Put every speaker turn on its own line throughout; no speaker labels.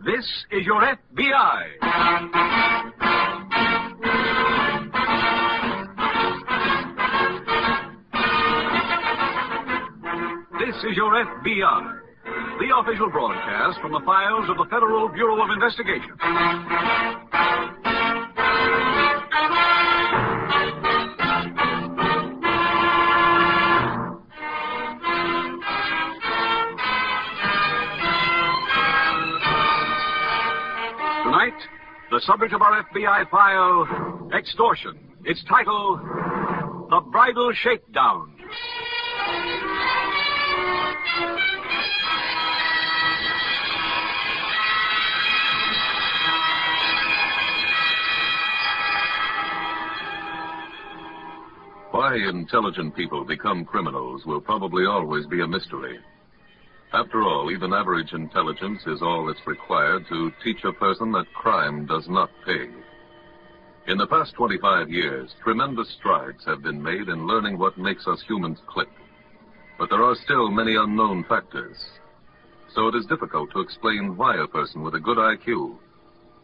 This is your FBI. This is your FBI, the official broadcast from the files of the Federal Bureau of Investigation. Tonight, the subject of our FBI file, extortion. Its title, The Bridal Shakedown.
Why intelligent people become criminals will probably always be a mystery. After all, even average intelligence is all that's required to teach a person that crime does not pay. In the past 25 years, tremendous strides have been made in learning what makes us humans click. But there are still many unknown factors. So it is difficult to explain why a person with a good IQ,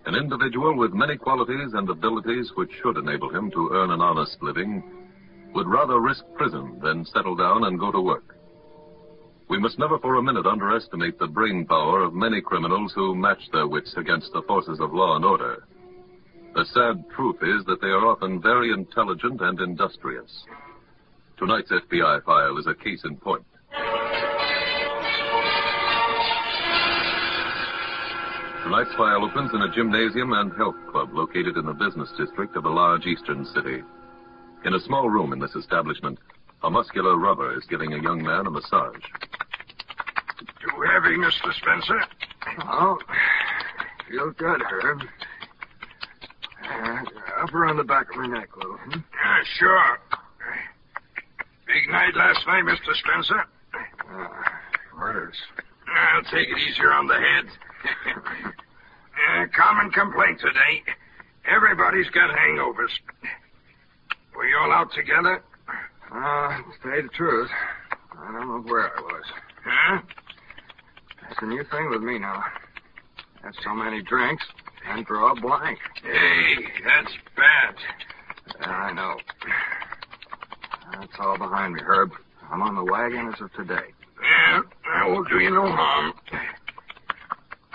an individual with many qualities and abilities which should enable him to earn an honest living, would rather risk prison than settle down and go to work. We must never for a minute underestimate the brain power of many criminals who match their wits against the forces of law and order. The sad truth is that they are often very intelligent and industrious. Tonight's FBI file is a case in point. Tonight's file opens in a gymnasium and health club located in the business district of a large eastern city. In a small room in this establishment, a muscular rubber is giving a young man a massage.
Too heavy, Mr. Spencer.
Oh, feel good, Herb. Uh, up around the back of my neck, Lou. Hmm?
Yeah, Ah, sure. Big night last night, Mr. Spencer.
Uh, murders.
I'll take it easier on the head. Uh, common complaint today. Everybody's got hangovers. Were you all out together?
Uh, to tell you the truth, I don't know where I was.
Huh?
That's a new thing with me now. Have so many drinks and draw a blank.
Hey, that's bad.
Yeah, I know. That's all behind me, Herb. I'm on the wagon as of today.
Yeah, I will do you no harm.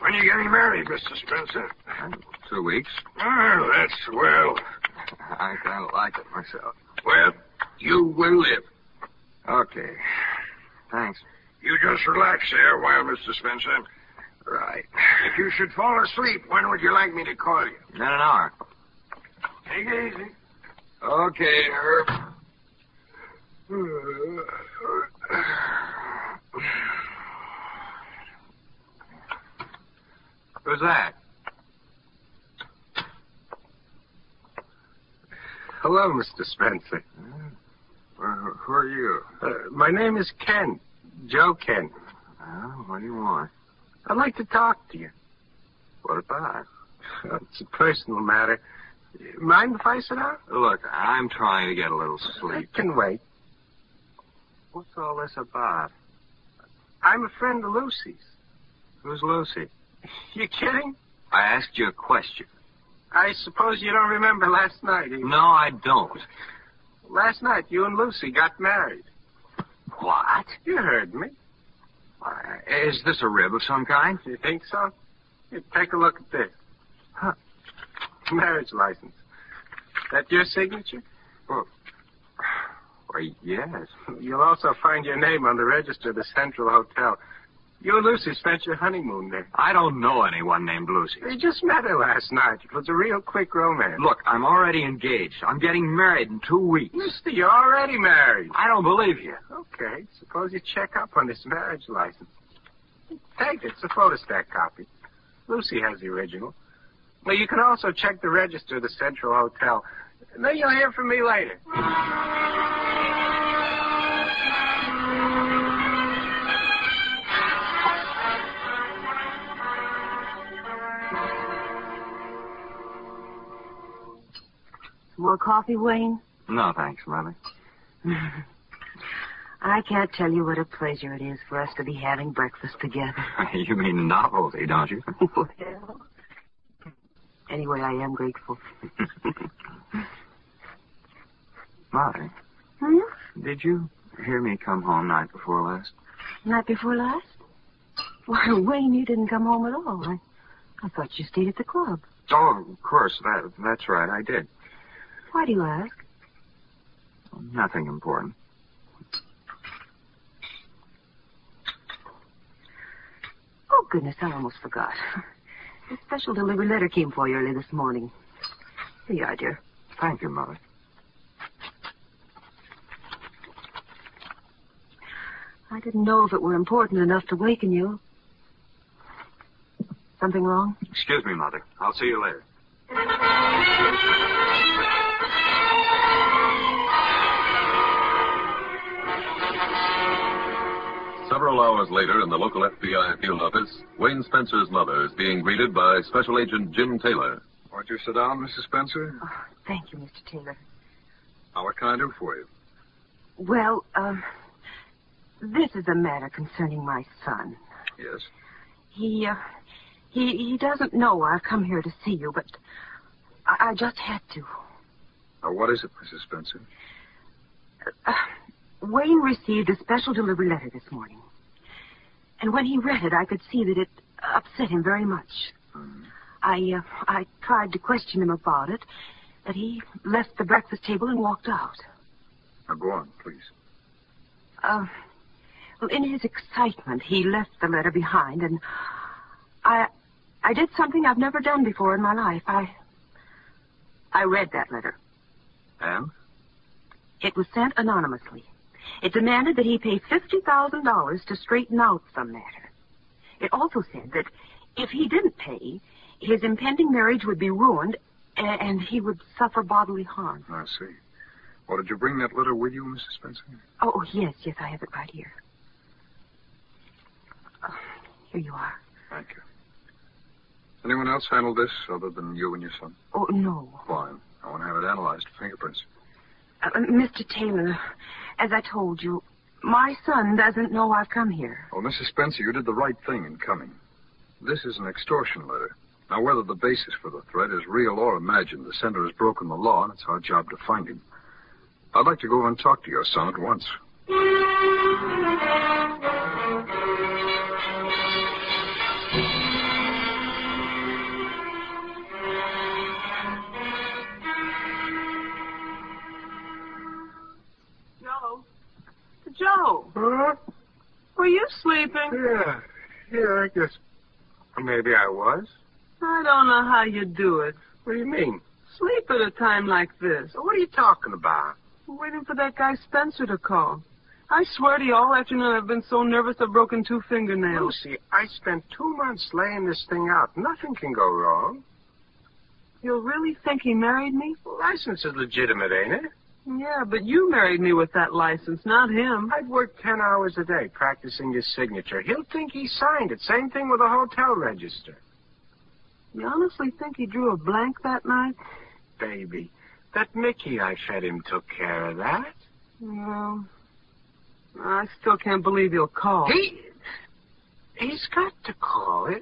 When are you getting married, Mr. Spencer?
Uh, Two weeks.
Oh, that's swell.
I kind of like it myself.
Well, you will live.
Okay. Thanks.
You just relax there a while, Mr. Spencer.
Right.
If you should fall asleep, when would you like me to call you?
In an hour.
Take it easy.
Okay, Herb. Who's that?
Hello, Mr. Spencer.
Where, Hmm? who are you?
Uh, my name is Ken. Joe Ken.
Well, what do you want?
I'd like to talk to you.
What about?
Uh, It's a personal matter. Mind if I sit down?
Look, I'm trying to get a little
I
sleep.
can wait.
What's all this about?
I'm a friend of Lucy's.
Who's Lucy?
You kidding?
I asked you a question.
I suppose you don't remember last night. eh?
No, I don't.
Last night, you and Lucy got married.
What?
You heard me.
Uh, Is this a rib of some kind?
You think so? Here, take a look at this.
Huh.
Marriage license. That your signature?
Why, yes.
You'll also find your name on the register of the Central Hotel. You and Lucy spent your honeymoon there.
I don't know anyone named Lucy.
They just met her last night. It was a real quick romance.
Look, I'm already engaged. I'm getting married in two weeks.
Mister, you're already married.
I don't believe you.
Okay, suppose you check up on this marriage license. Take it. It's a photostat copy. Lucy has the original. Now, you can also check the register of the Central Hotel. Then you'll hear from me later.
More coffee, Wayne?
No, thanks, Mother.
I can't tell you what a pleasure it is for us to be having breakfast together.
you mean novelty, don't you?
well, Anyway, I am grateful.
Molly,
Hmm?
did you hear me come home night before last?
Night before last? Why, Wayne, you didn't come home at all. I, I thought you stayed at the club.
Oh, of course. That that's right. I did.
Why do you ask?
Nothing important.
Oh, goodness, I almost forgot. A special delivery letter came for you early this morning. Here you are, dear.
Thank you, Molly.
I didn't know if it were important enough to waken you. Something wrong?
Excuse me, Mother. I'll see you later.
Several hours later, in the local FBI field office, Wayne Spencer's mother is being greeted by Special Agent Jim Taylor.
Won't you sit down, Mrs. Spencer?
Oh, thank you, Mr. Taylor.
Now, what can I do for you?
Well, um, this is a matter concerning my son.
Yes.
He, uh, he, he doesn't know I've come here to see you, but I, I just had to.
Now, what is it, Mrs. Spencer?
Uh, Wayne received a special delivery letter this morning. And when he read it, I could see that it upset him very much. I, uh, I tried to question him about it, but he left the breakfast table and walked out.
Now, go on, please.
Uh, well, in his excitement, he left the letter behind, and I, I did something I've never done before in my life. I, I read that letter.
And?
It was sent anonymously. It demanded that he pay $50,000 to straighten out some matter. It also said that if he didn't pay, his impending marriage would be ruined a- and he would suffer bodily harm.
I see. Well, did you bring that letter with you, Mrs. Spencer?
Oh, oh, yes, yes, I have it right here. Oh, here you are.
Thank you. Anyone else handle this other than you and your son?
Oh, no.
Fine. I want to have it analyzed for fingerprints.
Uh, Mr. Taylor, as I told you, my son doesn't know I've come here.
Well, Mrs. Spencer, you did the right thing in coming. This is an extortion letter. Now, whether the basis for the threat is real or imagined, the sender has broken the law, and it's our job to find him. I'd like to go over and talk to your son at once.
Joe. Joe,
Huh?
were you sleeping?
Yeah. Yeah, I guess maybe I was.
I don't know how you do it.
What do you mean?
Sleep at a time like this.
What are you talking about?
I'm waiting for that guy Spencer to call. I swear to you, all afternoon I've been so nervous I've broken two fingernails.
Lucy, I spent two months laying this thing out. Nothing can go wrong.
You really think he married me?
The license is legitimate, ain't it?
Yeah, but you married me with that license, not him.
I'd work ten hours a day practicing your signature. He'll think he signed it. Same thing with a hotel register.
You honestly think he drew a blank that night?
Baby, that Mickey I fed him took care of that.
No. I still can't believe he'll call.
He, he's got to call. It,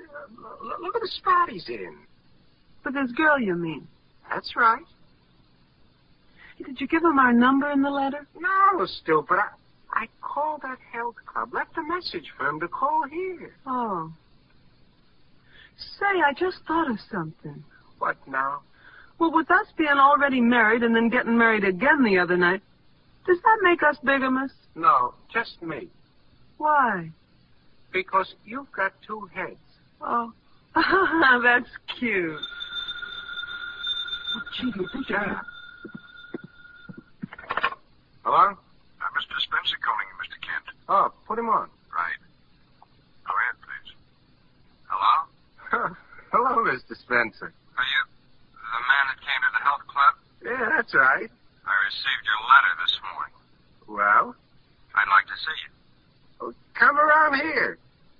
look- look at the spot he's in.
But this girl, you mean?
That's right.
Did you give him our number in the letter?
No, stupid. I, I called that health club. Left a message for him to call here.
Oh. Say, I just thought of something.
What now?
Well, with us being already married and then getting married again the other night, does that make us bigamous?
No, just me.
Why?
Because you've got two heads.
Oh. That's cute.
Yeah. Hello?
Uh, Mr. Spencer calling you, Mr. Kent.
Oh, put him on.
Right. Go ahead, please. Hello?
Hello, Mr. Spencer.
Are you the man that came to the health club?
Yeah, that's right.
I received your letter this morning.
Well,
I'd like to see you.
come around here.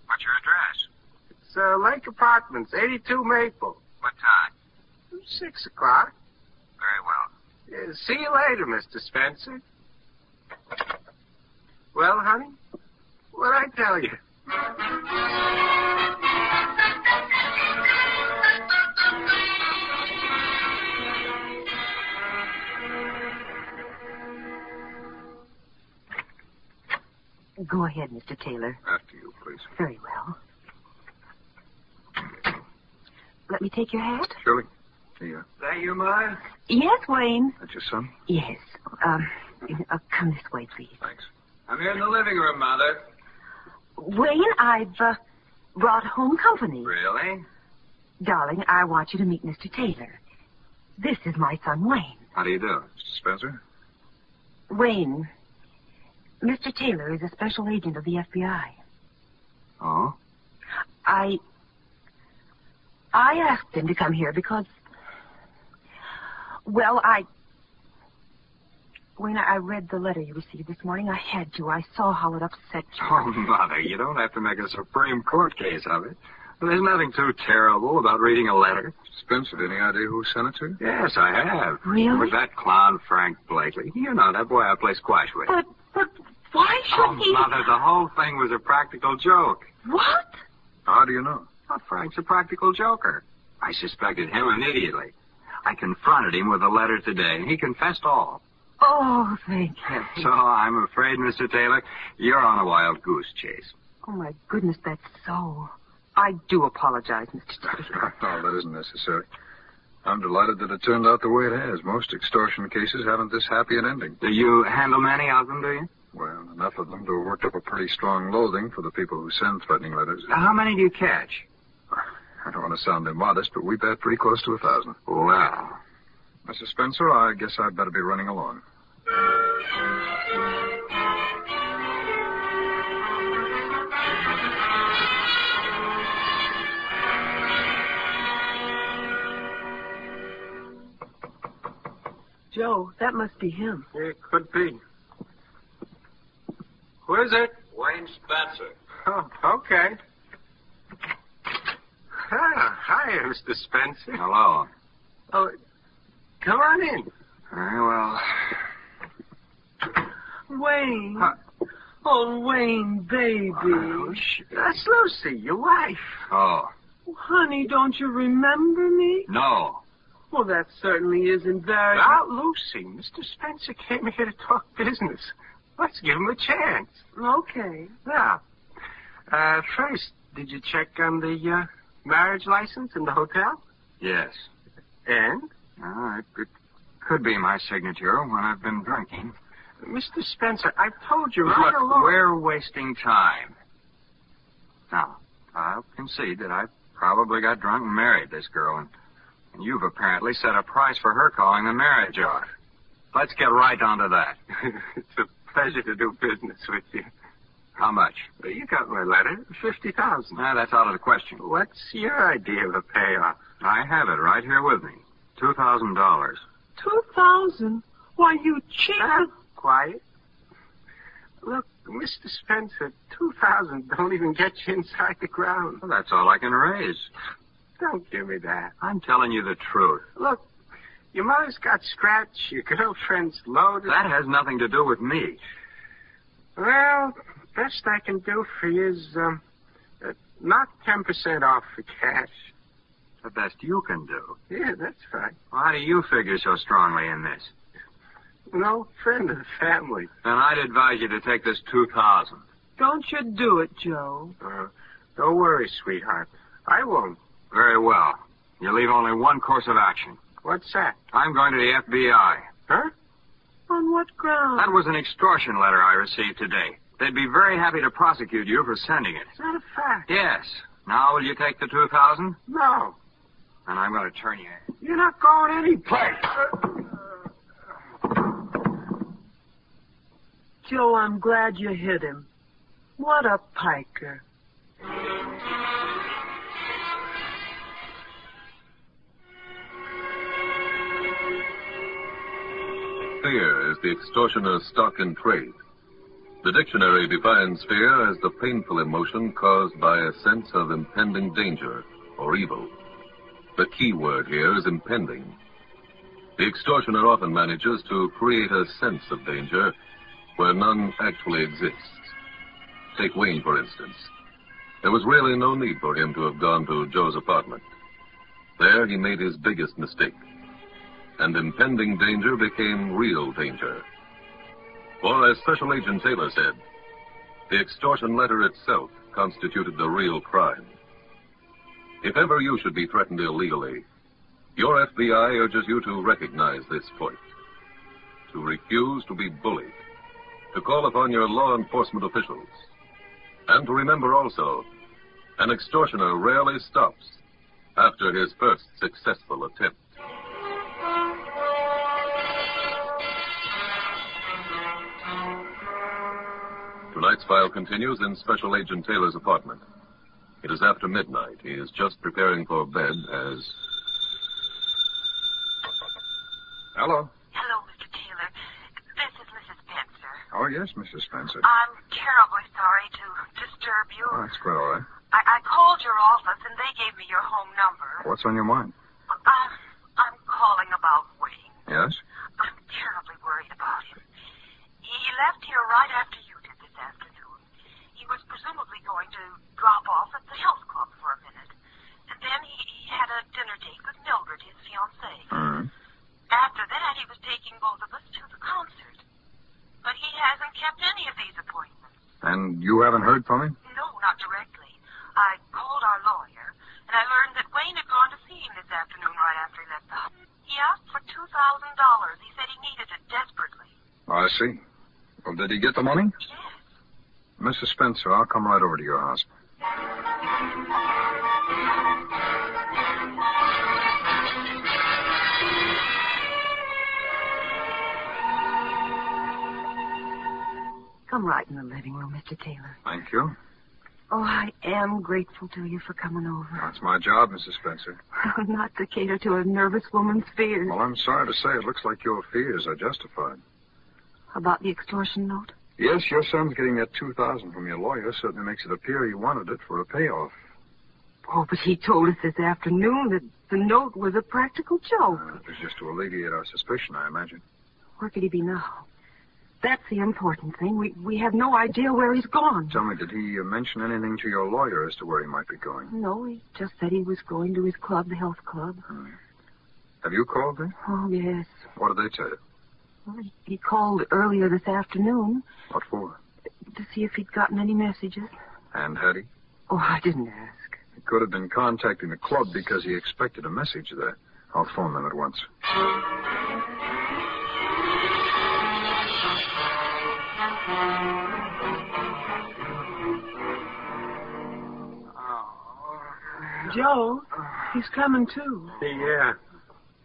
What's your address?
It's uh, Lake Apartments, 82 Maple.
What time?
Six o'clock.
Very well.
Yeah, Uh, see you later, Mr. Spencer. Well, honey, what'd I tell you?
Go ahead, Mr. Taylor.
After you, please.
Very well. Let me take your hat?
Shirley? Yeah.
that you, Ma?
Yes, Wayne.
That's your son?
Yes. Um, uh, come this way, please.
Thanks.
I'm here in the living room, Mother.
Wayne, I've uh, brought home company.
Really?
Darling, I want you to meet Mr. Taylor. This is my son, Wayne.
How do you do, Mr. Spencer?
Wayne, Mr. Taylor is a special agent of the FBI.
Oh?
I. I asked him to come here because. Well, I. When I read the letter you received this morning, I had to. I saw how it upset you.
Oh, Mother, you don't have to make a Supreme Court case of it. There's nothing too terrible about reading a letter.
Spencer, any idea who sent it to you?
Yes, I have.
Really?
It was that clown Frank Blakely. You know that boy I play squash with.
But, but why should
Oh,
Oh, he?
Mother, the whole thing was a practical joke.
What?
How do you know?
Well, Frank's a practical joker. I suspected him immediately. I confronted him with a letter today, and he confessed all.
Oh, thank heaven.
So I'm afraid, Mr. Taylor, you're on a wild goose chase.
Oh, my goodness, that's so. I do apologize, Mr. Taylor.
no, that isn't necessary. I'm delighted that it turned out the way it has. Most extortion cases haven't this happy an ending.
Do you handle many of them, do you?
Well, enough of them to have worked up a pretty strong loathing for the people who send threatening letters.
How many do you catch?
I don't want to sound immodest, but we bet pretty close to a thousand.
Well,
Mr. Spencer, I guess I'd better be running along.
Joe, that must be him.
It could be. Who is it?
Wayne Spencer.
Oh, okay. Ah, hi, Mr. Spencer. Hello. Oh, come on in. Very well.
Wayne.
Huh.
Oh, Wayne, baby.
That's Lucy, your wife. Oh,
Honey, don't you remember me?
no.
Well, that certainly isn't very.
Not Lucy. Mr. Spencer came here to talk business. Let's give him a chance.
Okay.
Yeah. Uh, first, did you check on the uh, marriage license in the hotel? Yes. And? it, could be my signature when I've been drinking. Mr. Spencer, I've told you right
Look,
along.
we're wasting time.
Now, I'll concede that I probably got drunk and married this girl, and, and you've apparently set a price for her calling the marriage off. Let's get right down to that. it's a pleasure to do business with you. How much? You got my letter. Fifty thousand. Now that's out of the question. What's your idea of a payoff? I have it right here with me. Two thousand dollars.
Two thousand? Why, you cheat.
Quiet. Look, Mr. Spencer, two thousand don't even get you inside the ground.
Well, that's all I can raise.
Don't give me that.
I'm telling you the truth.
Look, your mother's got scratch, your girlfriend's loaded.
That has nothing to do with me.
Well, best I can do for you is um, uh, knock 10% off for cash.
The best you can do.
Yeah, that's fine.
Why do you figure so strongly in this?
An old friend of the family.
Then I'd advise you to take this two thousand.
Don't you do it, Joe.
Uh, don't worry, sweetheart. I won't.
Very well. You leave only one course of action.
What's that?
I'm going to the FBI.
Huh?
On what ground?
That was an extortion letter I received today. They'd be very happy to prosecute you for sending it.
Is that a fact?
Yes. Now will you take the two thousand?
No.
And I'm going to turn you in.
You're not going anyplace.
Joe, I'm glad you hit him. What a piker.
Fear is the extortioner's stock in trade. The dictionary defines fear as the painful emotion caused by a sense of impending danger or evil. The key word here is impending. The extortioner often manages to create a sense of danger where none actually exists. Take Wayne, for instance. There was really no need for him to have gone to Joe's apartment. There he made his biggest mistake and impending danger became real danger. For as Special Agent Taylor said, The extortion letter itself constituted the real crime. If ever you should be threatened illegally, your FBI urges you to recognize this point, to refuse to be bullied, to call upon your law enforcement officials, and to remember also, an extortioner rarely stops after his first successful attempt. Tonight's file continues in Special Agent Taylor's apartment. It is after midnight. He is just preparing for bed as.
Hello.
Hello, Mr. Taylor. This is Mrs. Spencer.
Oh, yes, Mrs. Spencer.
I'm terribly sorry to disturb you.
Oh, that's quite all right.
I, I called your office and they gave me your home number.
What's on your mind?
I, I'm calling about Wayne.
Yes?
I'm terribly worried about him. He, he left here right after you did this afternoon. He was presumably going to drop off at the health club for a minute. And then he, he had a dinner date with Mildred, his fiancée.
Mm.
Hmm.
After that, he was taking both of us to the concert. But he hasn't kept any of these appointments.
And you haven't heard from him?
No, not directly. I called our lawyer, and I learned that Wayne had gone to see him this afternoon right after he left the house. He asked for $2,000. He said he needed it desperately.
I see. Well, did he get the money?
Yes.
Mrs. Spencer, I'll come right over to your house.
Come right in the living room, Mr. Taylor.
Thank you.
Oh, I am grateful to you for coming over.
That's my job, Mrs. Spencer.
Not to cater to a nervous woman's fears.
Well, I'm sorry to say it looks like your fears are justified.
About the extortion note?
Yes, your son's getting that two thousand from your lawyer certainly makes it appear he wanted it for a payoff.
Oh, but he told us this afternoon that the note was a practical joke.
Uh, it was just to alleviate our suspicion, I imagine.
Where could he be now? That's the important thing. We we have no idea where he's gone.
Tell me, did he uh, mention anything to your lawyer as to where he might be going?
No, he just said he was going to his club, the health club.
Have you called them?
Oh, yes.
What did they tell you?
Well, he- He called earlier this afternoon
What for?
to see if he'd gotten any messages.
And had he?
Oh, I didn't ask.
He could have been contacting the club because he expected a message there. I'll phone them at once.
Oh.
Joe, he's coming too.
Yeah.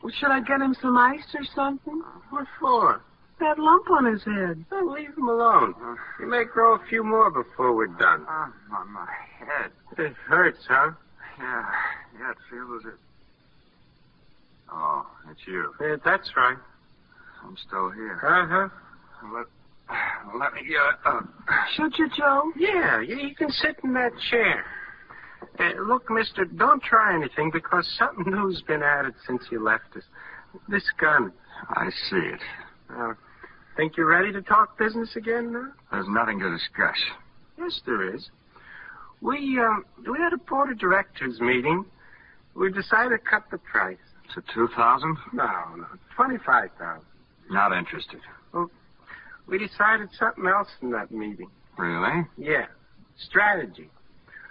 Well, Should I get him some ice or something?
What for?
That lump on his head.
Well, leave him alone. He may grow a few more before we're done.
Ah, my, my head.
It hurts, huh?
Yeah, yeah, it feels as if. Oh, it's you.
Yeah, that's right.
I'm still here.
Uh-huh.
Let, let me Uh, get up.
Should you, Joe?
Yeah, you, you can sit in that chair. Uh, look, mister, don't try anything because something new's been added since you left us. This gun.
I see it.
Uh, think you're ready to talk business again now?
There's nothing to discuss.
Yes, there is. We, um, we had a board of directors meeting. We decided to cut the price.
It's a 2000?
No, no, 25000
Not interested.
We decided something else in that meeting.
Really?
Yeah, strategy.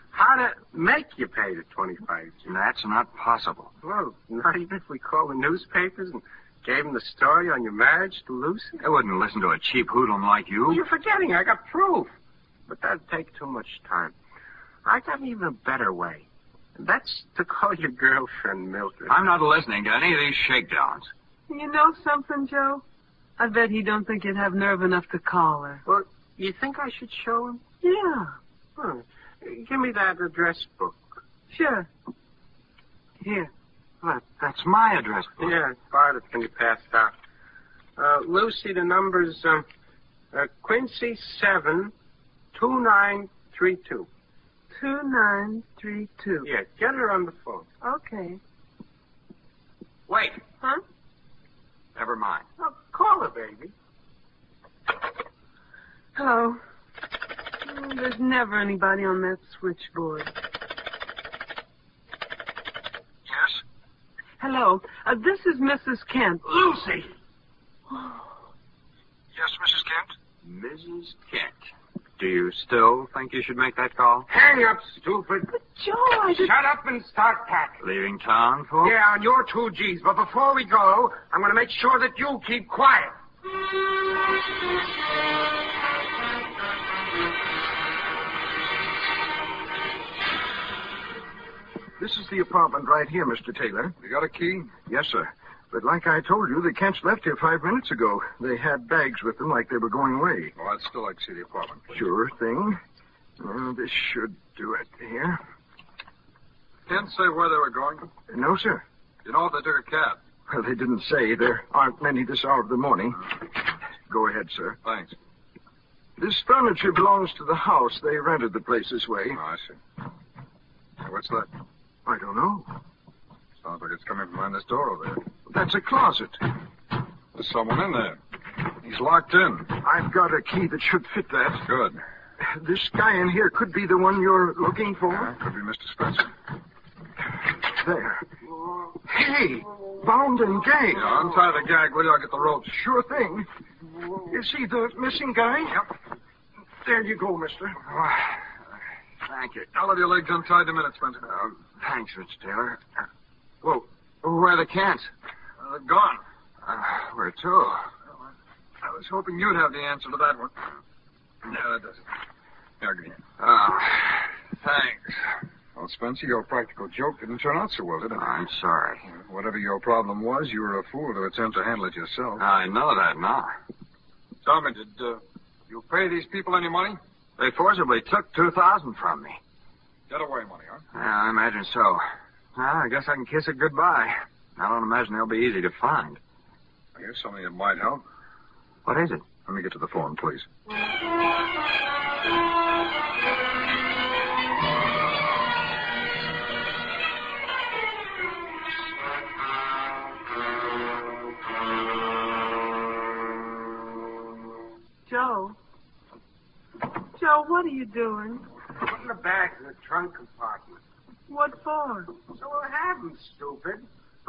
How to make you pay the 25
That's not possible.
Well, not even if we called the newspapers and gave them the story on your marriage to Lucy.
They wouldn't listen to a cheap hoodlum like
Well,
you.
you're forgetting. I got proof. But that'd take too much time. I got even a better way. And That's to call your girlfriend Mildred.
I'm not listening to any of these shakedowns.
You know something, Joe? I bet he don't think you'd have nerve enough to call her.
You think I should show him?
Yeah,
Hmm. Give me that address book.
sure. Here.
But that's my address book.
Yeah, part of when you passed out. Uh, Lucy, the number's um, uh, Quincy seven two nine three two.
2932.
Yeah, get her on the phone.
Okay.
Wait.
Huh?
Never mind.
Oh, call her, baby.
Hello. Mm, Oh. There's never anybody on that switchboard.
Yes?
Hello. Uh, this is Mrs. Kent.
Lucy! Yes, Mrs. Kent? Mrs. Kent. Do you still think you should make that call?
Hang up, stupid.
But, Joe, I just...
Shut up and start packing.
Leaving town for?
Yeah, on your two G's. But before we go, I'm going to make sure that you keep quiet.
This is the apartment right here, Mr. Taylor.
You got a key?
Yes, sir. But like I told you, the Kents left here five minutes ago. They had bags with them like they were going away.
Well, Oh, I'd still like to see the apartment. please.
Sure thing. Well, this should do it here.
Didn't say where they were going.
No, sir.
You know they took a cab.
Well, they didn't say. There aren't many this hour of the morning. Go ahead, sir.
Thanks.
This furniture belongs to the house. They rented the place this way.
Oh, I see. Hey, what's that?
I don't know.
Sounds like it's coming from behind this door over there.
That's a closet.
There's someone in there. He's locked in.
I've got a key that should fit that.
Good.
This guy in here could be the one you're looking
Yeah,
for.
could be Mr. Spencer.
There. Hey, bound and gagged.
Yeah, untie the gag, will you? I'll get the ropes.
Sure thing. Is he the missing guy? Yep. There you go, mister.
Thank you.
I'll have your legs untied in a minute, Spencer.
Uh,
Um, thanks, Mr. Taylor. Uh, Whoa, where are the cans?
Uh, gone.
Uh, where to?
I was hoping you'd have the answer to that one. No, that doesn't. Here, give me it.
Oh, thanks.
Ah, Well, Spencer, your practical joke didn't turn out so well, did it?
I'm sorry.
Whatever your problem was, you were a fool to attempt to handle it yourself.
I know that now.
Tommy, did uh, you pay these people any money?
They forcibly took two thousand from me.
Getaway money, huh?
Yeah, I imagine so. Well, I guess I can kiss it goodbye. I don't imagine they'll be easy to find.
I guess something that might help.
What is it?
Let me get to the phone, please.
Joe. Joe, what are you doing?
Put in the bags in the trunk compartment.
What for?
So we'll have them, stupid.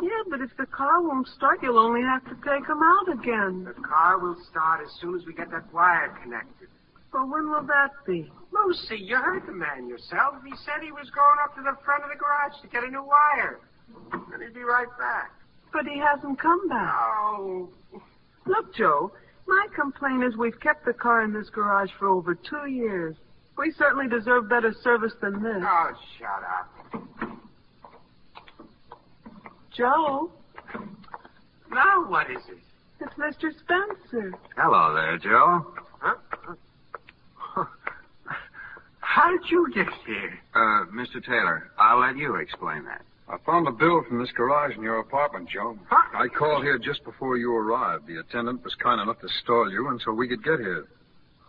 Yeah, but if the car won't start, you'll only have to take him out again.
The car will start as soon as we get that wire connected.
Well, when will that be?
Lucy, you heard the man yourself. He said he was going up to the front of the garage to get a new wire. Then he'd be right back.
But he hasn't come back.
Oh,
Look, Joe, my complaint is we've kept the car in this garage for over two years. We certainly deserve better service than this.
oh, shut up.
Joe,
Now what is it?
it's Mr. Spencer.
Hello there, Joe.
How did you get here?
Uh, Mr. Taylor, I'll let you explain that.
I found a bill from this garage in your apartment, Joe.
Huh?
I called here just before you arrived. The attendant was kind enough to stall you until we could get here.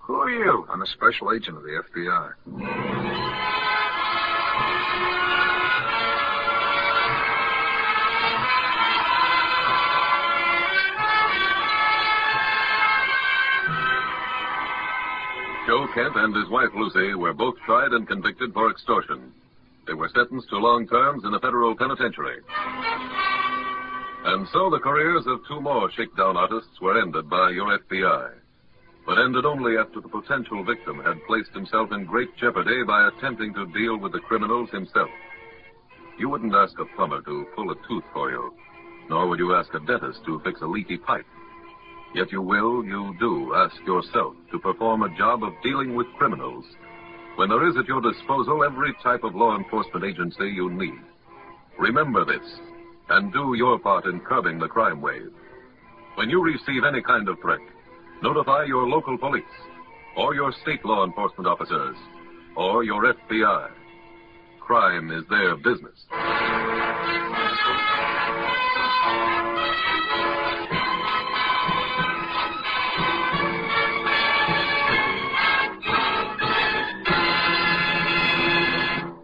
Who are you?
I'm a special agent of the FBI.
Joe Kent and his wife Lucy were both tried and convicted for extortion. They were sentenced to long terms in a federal penitentiary. And so the careers of two more shakedown artists were ended by your FBI. But ended only after the potential victim had placed himself in great jeopardy by attempting to deal with the criminals himself. You wouldn't ask a plumber to pull a tooth for you, nor would you ask a dentist to fix a leaky pipe. Yet you will, you do ask yourself to perform a job of dealing with criminals when there is at your disposal every type of law enforcement agency you need. Remember this and do your part in curbing the crime wave. When you receive any kind of threat, notify your local police or your state law enforcement officers or your FBI. Crime is their business.